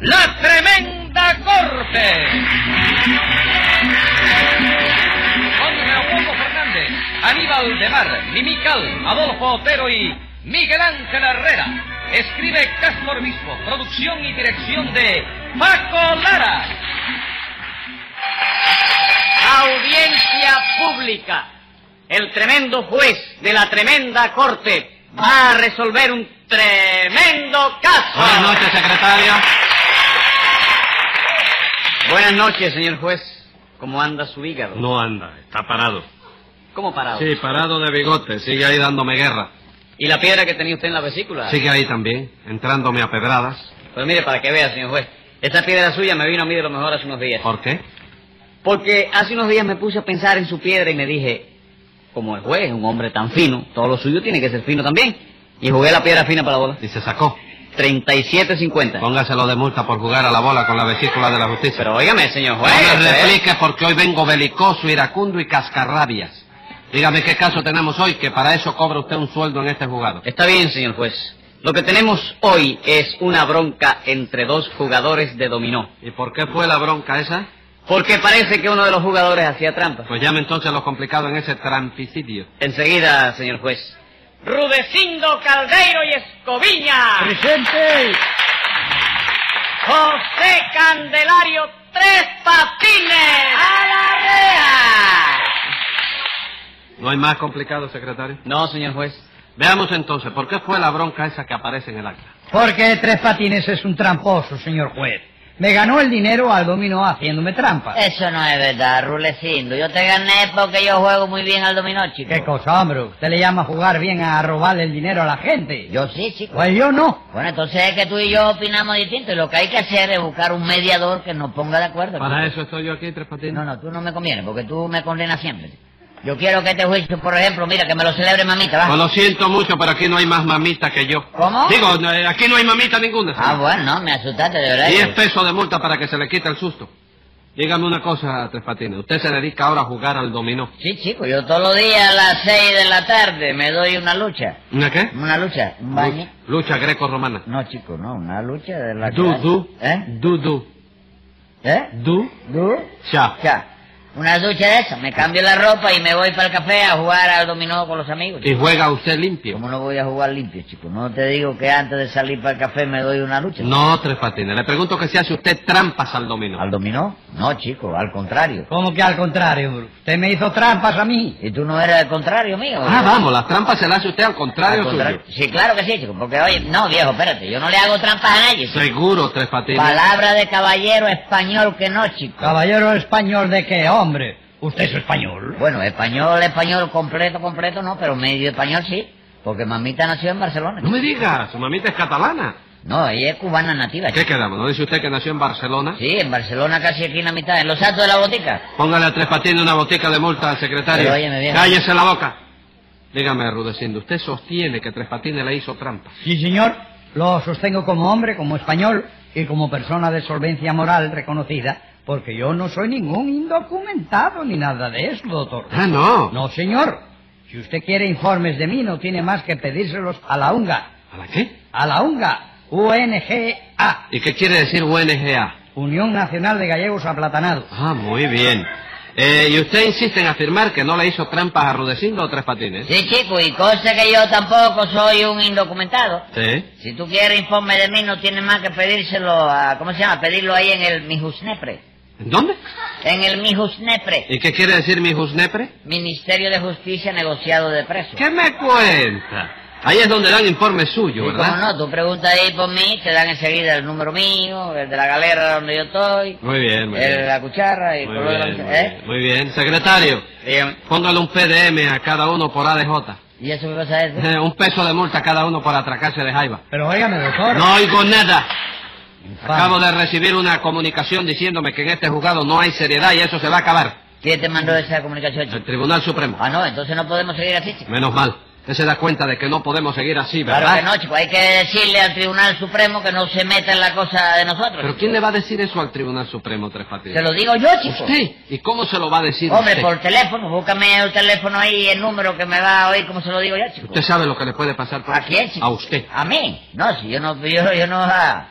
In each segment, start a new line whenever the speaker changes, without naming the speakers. La Tremenda Corte. Con Raúl Fernández, Aníbal de Mar, Mimical, Adolfo Otero y Miguel Ángel Herrera. Escribe Castro Obispo, producción y dirección de Paco Lara.
Audiencia pública. El tremendo juez de la tremenda corte va a resolver un tremendo caso.
Buenas noches, secretario.
Buenas noches, señor juez. ¿Cómo anda su hígado?
No anda, está parado.
¿Cómo parado?
Sí, parado de bigote, sigue ahí dándome guerra.
¿Y la piedra que tenía usted en la vesícula?
Sigue ahí también, entrándome a pedradas.
Pues mire, para que vea, señor juez. Esta piedra suya me vino a mí de lo mejor hace unos días.
¿Por qué?
Porque hace unos días me puse a pensar en su piedra y me dije, como el juez es un hombre tan fino, todo lo suyo tiene que ser fino también. Y jugué la piedra fina para la bola.
Y se sacó.
37.50.
Póngaselo de multa por jugar a la bola con la vesícula de la justicia.
Pero pues, ¿eh? óigame, señor
No
juez.
me
esto es-
replique porque hoy vengo belicoso, iracundo y cascarrabias. Dígame qué caso tenemos hoy, que para eso cobra usted un sueldo en este jugado.
Está bien, señor juez. Lo que tenemos hoy es una bronca entre dos jugadores de dominó.
¿Y por qué fue la bronca esa?
Porque parece que uno de los jugadores hacía trampa.
Pues llame entonces a lo complicado en ese trampicidio.
Enseguida, señor juez. Rudecindo Caldeiro y Escoviña.
Presente.
José Candelario Tres Patines. ¡A la rea!
¿No hay más complicado, secretario?
No, señor juez.
Veamos entonces, ¿por qué fue la bronca esa que aparece en el acta?
Porque Tres Patines es un tramposo, señor juez. Me ganó el dinero al dominó haciéndome trampa.
Eso no es verdad, Rulecindo. Yo te gané porque yo juego muy bien al dominó, chico.
¿Qué cosa, hombre? ¿Usted le llama jugar bien a robarle el dinero a la gente?
Yo sí, chico.
Pues yo no.
Bueno, entonces es que tú y yo opinamos distinto y lo que hay que hacer es buscar un mediador que nos ponga de acuerdo.
Para
chico.
eso estoy yo aquí, Tres Patines.
No, no, tú no me convienes porque tú me condenas siempre. chico. Yo quiero que este juicio, por ejemplo, mira, que me lo celebre mamita,
Pues
¿va?
lo siento mucho, pero aquí no hay más mamita que yo.
¿Cómo?
Digo, no, eh, aquí no hay mamita ninguna.
Ah,
señor.
bueno, no, me asustaste, de verdad.
Diez
chico.
pesos de multa para que se le quite el susto. Dígame una cosa, Tres Patines. Usted se dedica ahora a jugar al dominó.
Sí, chico, yo todos los días a las seis de la tarde me doy una lucha.
¿Una qué?
¿Una lucha? ¿Un baño?
Lucha, lucha greco-romana.
No, chico, no, una lucha de la...
Du, du.
¿Eh?
Du, du.
¿Eh?
Du,
¿Du?
cha.
Ya, una ducha de esa, me cambio la ropa y me voy para el café a jugar al dominó con los amigos.
Y juega usted limpio.
¿Cómo no voy a jugar limpio, chico? No te digo que antes de salir para el café me doy una lucha.
No, Tres Patines. Le pregunto que si hace usted trampas al dominó.
¿Al dominó? No, chico, al contrario.
¿Cómo que al contrario, hombre? Usted me hizo trampas a mí.
¿Y tú no eres el contrario mío?
Ah,
Yo-
vamos, las trampas se las hace usted al contrario,
al contrario.
suyo.
Sí, claro que sí, chico, porque oye, no, viejo, espérate, yo no le hago trampas a nadie. chico.
Seguro, Tres Patines.
Palabra de caballero español que no, chico.
Caballero español de qué, hombre? Usted es español.
Bueno, español, español completo, completo no, pero medio español sí, porque mamita nació en Barcelona.
No
chico.
me diga, su mamita es catalana.
No, ella es cubana nativa, chico.
¿Qué quedamos? ¿No dice usted que nació en Barcelona?
Sí, en Barcelona casi aquí en la mitad, en los altos de la botica.
Póngale a Tres Patines una botica de multa al secretario.
Pero óyeme bien.
Cállese la boca. Dígame, Rudecindo, usted sostiene que Tres Patines le hizo trampa.
Sí, señor. Lo sostengo como hombre, como español y como persona de solvencia moral reconocida, porque yo no soy ningún indocumentado ni nada de eso, doctor.
Ah, no.
No, señor. Si usted quiere informes de mí, no tiene más que pedírselos a la UNGA.
¿A la qué?
A la UNGA. UNGA.
¿Y qué quiere decir UNGA?
Unión Nacional de Gallegos Aplatanados.
Ah, muy bien. Eh, ¿Y usted insiste en afirmar que no le hizo trampas a Rudecindo o Tres Patines?
Sí, chico, y cosa que yo tampoco soy un indocumentado.
Sí.
Si tú quieres informe de mí, no tienes más que pedírselo a... ¿Cómo se llama? Pedirlo ahí en el Mijusnepre.
¿En dónde?
En el Mijusnepre.
¿Y qué quiere decir mi Jusnepre?
Ministerio de Justicia Negociado de Presos.
¿Qué me cuenta? Ahí es donde dan informe suyo,
Y cómo
¿verdad?
no, tú preguntas ahí por mí, te dan enseguida el número mío, el de la galera donde yo estoy,
Muy bien, muy
el de
bien.
Eh, la cuchara y el
Muy
color de la
bien, muy
cuchara, ¿eh?
bien. Muy bien. secretario.
Dígame.
Póngale un PDM a cada uno por ADJ.
¿Y eso qué cosa es?
Eh, un peso de multa a cada uno por atracarse de jaiba.
Pero óigame, doctor.
No oigo nada.
Infame.
Acabo de recibir una comunicación diciéndome que en este juzgado no hay seriedad y eso se va a acabar.
¿Quién te mandó esa comunicación,
El
chico?
Tribunal Supremo.
Ah, no, entonces no podemos seguir así, chico.
Menos mal. Usted se da cuenta de que no podemos seguir así, ¿verdad?
Claro que no, chico. Hay que decirle al Tribunal Supremo que no se meta en la cosa de nosotros.
Pero
chico.
¿quién le va a decir eso al Tribunal Supremo, Tres Patines?
Se lo digo yo, chico.
¿Usted? ¿Y cómo se lo va a decir
Hombre,
usted?
por teléfono. Búscame el teléfono ahí, el número que me va a oír, como se lo digo yo, chico.
Usted sabe lo que le puede pasar por
¿A quién, chico?
A usted.
¿A mí? No, si yo no... Yo, yo no... ah,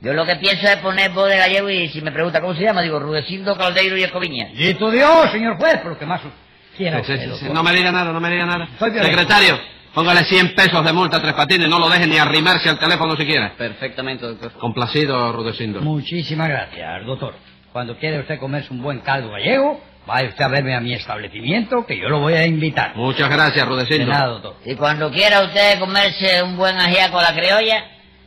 Yo lo que pienso es poner voz de gallego y si me pregunta cómo se llama, digo Rudecindo Caldeiro y Escoviña.
Y tu Dios, señor juez, por lo que pues. más quiera
Sí, sí,
usted,
sí,
doctor.
No me diga nada, no me diga nada.
Soy violento.
Secretario, póngale 100 pesos de multa a Tres Patines, no lo deje ni arrimarse al teléfono siquiera.
Perfectamente, doctor.
Complacido, Rudecindo.
Muchísimas gracias, doctor. Cuando quiere usted comerse un buen caldo gallego, vaya usted a verme a mi establecimiento, que yo lo voy a invitar.
Muchas gracias,
De nada,
Rudecindo.
doctor.
Y cuando quiera usted comerse un buen ajiaco a la criolla,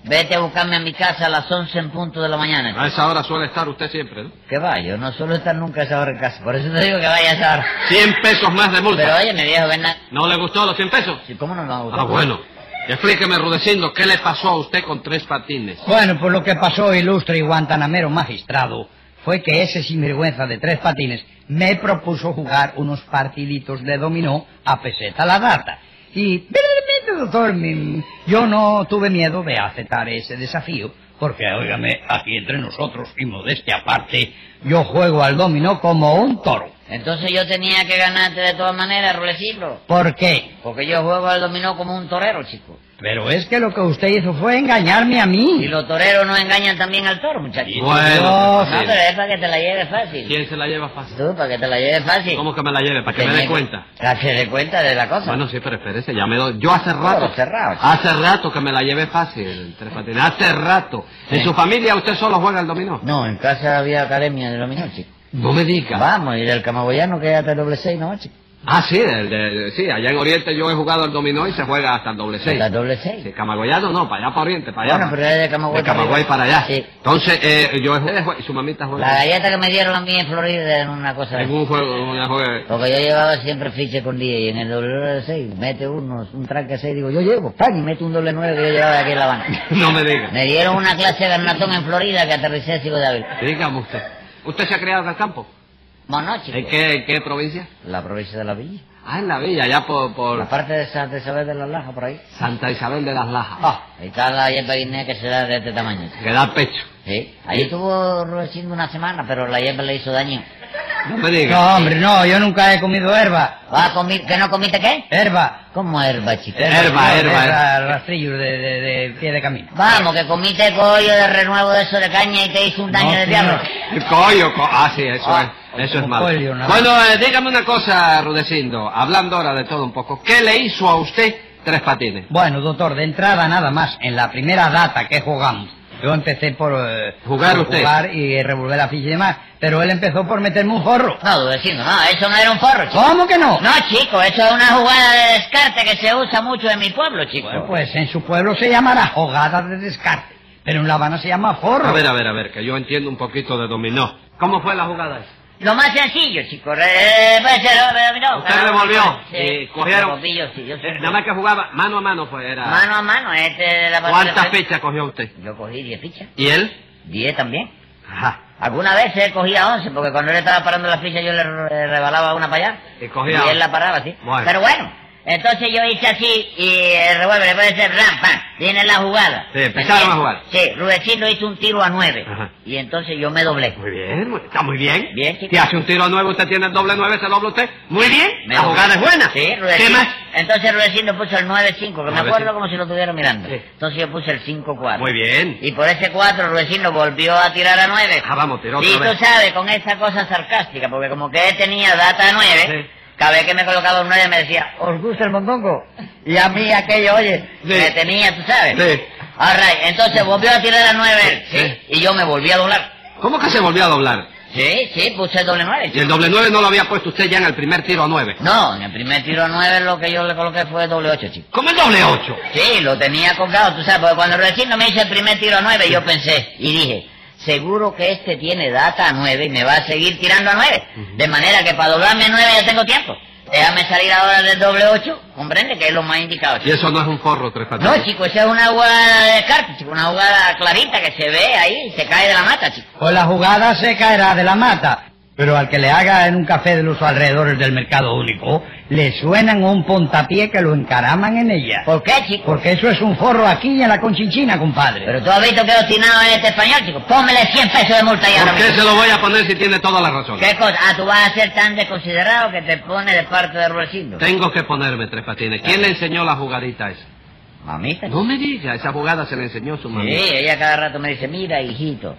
vete a buscarme a mi casa a las 11 en punto de la mañana.
A esa hora suele estar usted siempre, ¿no?
Que va, yo no suelo estar nunca a esa hora en casa, por eso te digo que vaya a esa hora.
100 pesos más de multa.
Pero oye, mi viejo Bernal,
¿No le gustó los 100 pesos?
si ¿cómo no nos va a gustar?
Ah, bueno. Explíqueme, Rudecindo, ¿qué le pasó a usted con Tres Patines?
Bueno, pues lo que pasó, ilustre y guantanamero magistrado, fue que ese sinvergüenza de tres patines me propuso jugar unos partiditos de dominó a peseta la data. Y, verdaderamente, doctor, mi- yo no tuve miedo de aceptar ese desafío, porque, óigame, aquí entre nosotros y modestia aparte, yo juego al dominó como un toro.
Entonces yo tenía que ganarte de todas maneras, Rulecito,
¿Por qué?
porque yo juego al dominó como un torero, chico.
Pero es que lo que usted hizo fue engañarme a
Y
mí.
los toreros no engañan también al toro, muchacho.
Bueno,
Dios.
No, pero es para que te la lleves fácil.
¿quién se la lleva fácil?
Tú, para que te la lleves fácil.
¿Cómo que me la lleve? Para que me
Tenía
dé cuenta.
Para que dé cuenta de la cosa.
Bueno, sí, pero espérese, ya me doy. Yo hace rato.
Claro, cerrado.
Hace rato que me la llevé fácil, Tres Patines. Hace rato. ¿En su familia usted solo juega al dominó?
No, en casa había academia de dominó, chico.
No me diga.
Vamos, y del camaboyano que es hasta el doble seis, ¿no, chico?
Ah, sí, el de- sí, allá en Oriente yo he jugado al dominó y se juega hasta el doble seis.
Hasta el doble seis.
Sí, Camagoyano no, para allá para Oriente, para allá.
Bueno, pero es de Camagüey
de Camagüey para allá.
Sí.
Entonces, eh, yo he jugado, su mamita juega.
La galleta que me dieron a mí en Florida era una cosa...
En un juego, una juega.
Porque yo llevaba siempre ficha con 10 y en el doble 6 mete uno, un tranque 6, digo, yo llevo, pan, y mete un doble 9 que yo llevaba de aquí en La Habana.
No me diga.
Me dieron una clase de garnatón en Florida que aterricé sigo de Ávila.
Dígame usted. ¿Usted se ha criado en el campo?
Mono, chico.
¿En qué, en qué provincia?
La provincia de la Villa.
Ah, en la villa, allá por, por
La parte de Santa Isabel de la Laja, por ahí.
Santa Isabel de las Lajas.
Ahí está la yegua guinea que se da de este tamaño. chico.
que da pecho.
Sí. Ahí estuvo Rudecindo una semana, pero la yegua le hizo daño.
No me diga.
No, hombre, no, yo nunca he comido herba.
¿Va a comer? ¿Que no comiste qué?
Herba.
¿Cómo herba,
Eh.
chico?
Herba,
No,
herba,
de
herba.
ra- Rastrillos de, de- de pie de camino.
Vamos, que comiste collo de renuevo de eso de caña y te hizo un daño
No,
de
señor.
diablo.
El Coño, co- ah, sí, eso
Ah,
es, eso es malo.
pollo, nada más.
Bueno, eh, dígame una cosa, Rudecindo, hablando ahora de todo un poco. ¿Qué le hizo a usted Tres Patines?
Bueno, doctor, de entrada nada más, en la primera data que jugamos, yo empecé por eh,
Jugar
por
usted.
jugar y eh, revolver la ficha y demás, pero él empezó por meterme un jorro.
No, Rudecindo, no, eso no era un forro, chico.
¿Cómo que no?
No, chico, eso es una jugada de descarte que se usa mucho en mi pueblo, chico.
Bueno, pues en su pueblo se llamará jugada de descarte, pero en La Habana se llama forro.
A ver, a ver, a ver, que yo entiendo un poquito de dominó. ¿Cómo fue la jugada esa?
Lo más sencillo, chico. Re, pues, eh, re- no,
Usted
claro,
revolvió,
ah, sí,
y cogieron- Eh,
revolví yo, sí, yo sí.
Nada más que jugaba mano a mano, pues era...
Mano a mano, este de la parte
¿Cuántas
de frente.
fichas cogió usted?
Yo cogí 10 fichas.
¿Y él?
10 también.
Ajá.
Algunas veces cogía 11, porque cuando él estaba parando la ficha yo le re- rebalaba una para allá.
Y cogía
él
11.
la paraba, sí.
Bueno.
Pero bueno, entonces yo hice así y el revólver le puede ser ram, pam, viene la jugada.
Sí, empezaron a jugar.
Sí, Rudecindo hizo un tiro a 9.
Ajá.
Y entonces yo me doblé.
Muy bien, muy- está muy bien.
Bien, chico.
Si hace un tiro nuevo, usted tiene el doble nueve, se dobla usted. Muy bien,
Me
la
doblé.
jugada es buena.
Sí,
¿Qué
Rudecindo.
más?
Entonces Rudecindo puso el 9-5, que me
9-5.
acuerdo como si lo estuviera mirando.
Sí.
Entonces yo puse el 5-4.
Muy bien.
Y por ese 4 Rudecindo volvió a tirar a 9.
Ah, vamos, tiró otra
Y
vez.
tú sabes, con esa cosa sarcástica, porque como que él tenía data 9,
Sí.
cada vez que me colocaba un 9 me decía, ¿os gusta el mondongo? Y a mí aquello, oye,
Sí.
me tenía, tú sabes.
Sí.
All right, entonces volvió a tirar a 9, sí.
Sí.
Y yo me volví a doblar.
¿Cómo que se volvió a doblar?
Sí, sí, puse el doble 9.
Y el doble nueve no lo había puesto usted ya en el primer tiro a nueve.
No, en el primer tiro a 9 lo que yo le coloqué fue doble 8, chico.
¿Cómo el doble ocho?
Sí, lo tenía colgado, tú sabes, porque cuando Rudecindo me hizo el primer tiro a nueve, yo pensé y dije, seguro que este tiene data a nueve y me va a seguir tirando a nueve. De manera que para doblarme a nueve ya tengo tiempo. Déjame salir ahora del doble ocho, comprende que es lo más indicado.
Y
chico.
eso no es un forro, Tres Patines.
No, chico, esa es una jugada de descarte, chico, una jugada clarita que se ve ahí, se cae de la mata, chico.
Pues la jugada se caerá de la mata. Pero al que le haga en un café de los alrededores del mercado único, le suenan un pontapié que lo encaraman en ella.
¿Por qué, chico?
Porque eso es un forro aquí y en la conchinchina, compadre.
Pero tú has visto que obstinado es este español, chico. Pónmele 100 pesos de multa y ahora
¿Por qué
mismo.
se lo voy a poner si tiene toda la razón?
¿Qué cosa? Ah, tú vas a ser tan desconsiderado que te pone de parte de Rudecindo.
Tengo que ponerme Tres Patines. ¿Quién le enseñó la jugadita esa?
Mamita.
No me diga, esa abogada se le enseñó su mamá.
Sí, ella cada rato me dice, mira, hijito.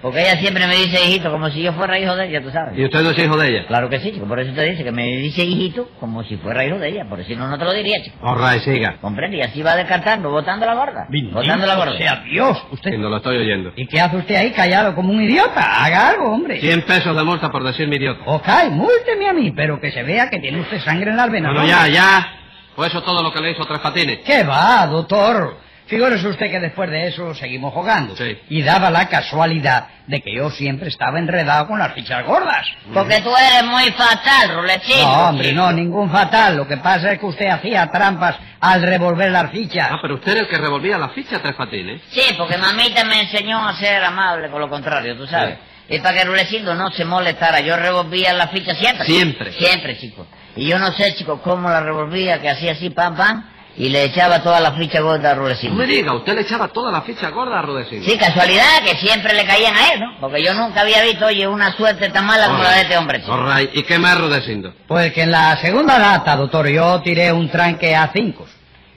Porque ella siempre me dice hijito, como si yo fuera hijo de ella, tú sabes.
¿Y usted no es hijo de ella?
Claro que sí, chico, por eso te dice que me dice hijito, como si fuera hijo de ella, porque si no, no te lo diría, chico.
All right, Oh, siga.
Comprende, y así va descartando, votando la gorda. Votando la gorda.
Bendito sea Dios, usted.
Sí, no lo estoy oyendo.
¿Y qué hace usted ahí callado como un idiota? Haga algo, hombre.
100 pesos de multa por decirme idiota.
Ok, múlteme a mí, pero que se vea que tiene usted sangre en las venas.
Bueno, ya, ya. ¿Fue eso todo lo que le hizo Tres Patines?
¿Qué va, doctor? Figúrese usted que después de eso seguimos jugando.
Sí.
Y daba la casualidad de que yo siempre estaba enredado con las fichas gordas.
Porque tú eres muy fatal, ruletito.
No, hombre, no, ningún fatal. Lo que pasa es que usted hacía trampas al revolver las fichas.
Ah, pero usted era el que revolvía la ficha, Tres Patines.
Sí, porque mamita me enseñó a ser amable con lo contrario, tú sabes. Y para que Rulecito no se molestara, yo revolvía la ficha siempre.
Siempre.
Siempre, chico. Y yo no sé, chico, cómo la revolvía, que hacía así, pam, pam, y le echaba toda la ficha gorda a Rulecito.
No me diga, usted le echaba toda la ficha gorda a Rudecindo.
Sí, casualidad, que siempre le caían a él, ¿no? Porque yo nunca había visto, oye, una suerte tan mala como la de este hombre, chico.
All right. ¿Y qué más Rudecindo?
Pues que en la segunda data, doctor, yo tiré un tranque a cinco.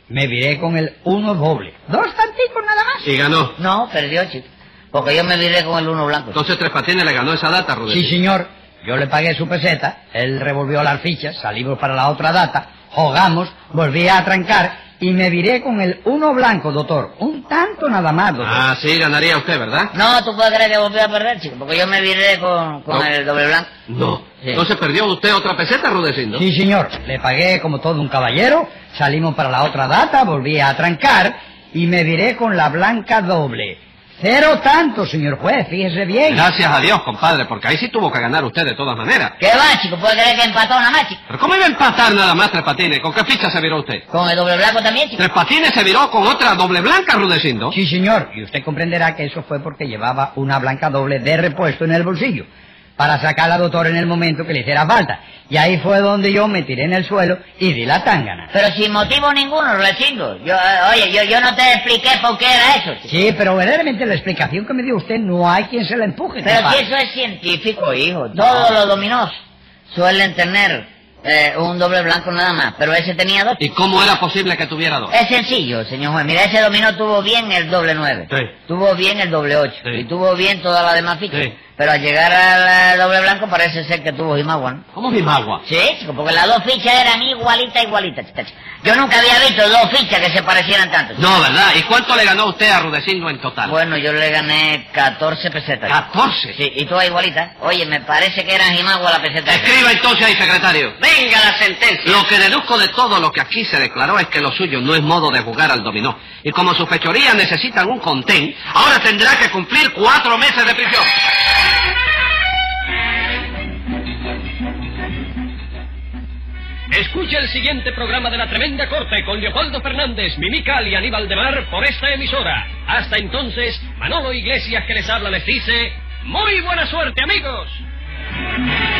Me viré con el uno doble. Dos tanticos nada más.
Y ganó.
No, perdió, chico. Porque yo me viré con el uno blanco. chico.
Entonces Tres Patines le ganó esa data,
Sí,
Rudecindo.
señor. Yo le pagué su peseta, él revolvió las fichas, salimos para la otra data, jugamos, volví a trancar y me viré con el uno blanco, doctor. Un tanto nada más, doctor.
Ah, sí, ganaría usted, ¿verdad?
No, tú puedes creer que volvió a perder, chico, porque yo me viré con, con
No.
el doble blanco.
No.
Sí.
Entonces perdió usted otra peseta, Rudecindo.
Sí, señor. Le pagué como todo un caballero, salimos para la otra data, volví a trancar y me viré con la blanca doble. Cero tanto, señor juez, fíjese bien.
Gracias a Dios, compadre, porque ahí sí tuvo que ganar usted de todas maneras.
¿Qué va, chico? ¿Puedes creer que empató nada más, chico?
¿Pero cómo iba a empatar nada más Tres Patines? ¿Con qué ficha se viró usted?
Con el doble blanco también, chico.
Tres Patines se viró con otra doble blanca, Rudecindo.
Sí, señor. Y usted comprenderá que eso fue porque llevaba una blanca doble de repuesto en el bolsillo para sacarla, doctor, en el momento que le hiciera falta. Y ahí fue donde yo me tiré en el suelo y di la tangana.
Pero sin motivo ninguno, Rulecito. Yo, eh, oye, yo, yo no te expliqué por qué era eso, chico.
Sí, pero verdaderamente la explicación que me dio usted no hay quien se la empuje.
Pero
compadre.
si eso es científico, hijo. Todos los dominós suelen tener eh, un doble blanco nada más, pero ese tenía dos.
¿Y cómo era posible que tuviera dos?
Es sencillo, señor juez. Mira, ese dominó tuvo bien el doble nueve.
Sí.
Tuvo bien el doble ocho.
Sí.
Y tuvo bien toda la demás ficha.
Sí.
Pero al llegar al eh, doble blanco parece ser que tuvo Jimagua, ¿no?
¿Cómo Jimagua?
Sí, chico, porque las dos fichas eran igualitas, igualitas. chica, chica. Yo nunca había visto dos fichas que se parecieran tanto. chico.
No, ¿verdad? ¿Y cuánto le ganó usted a Rudecindo en total?
Bueno, yo le gané 14 pesetas.
Ah.
chico.
14.
Sí, y todas igualitas. Oye, me parece que eran Jimagua la peseta.
Escriba entonces ahí, secretario.
Venga la sentencia.
Lo que deduzco de todo lo que aquí se declaró es que lo suyo no es modo de jugar al dominó. Y como sus fechorías necesitan un contén, ahora tendrá que cumplir cuatro meses de prisión.
Escuche el siguiente programa de La Tremenda Corte con Leopoldo Fernández, Mimical y Aníbal de Mar por esta emisora. Hasta entonces, Manolo Iglesias que les habla les dice... ¡Muy buena suerte, amigos!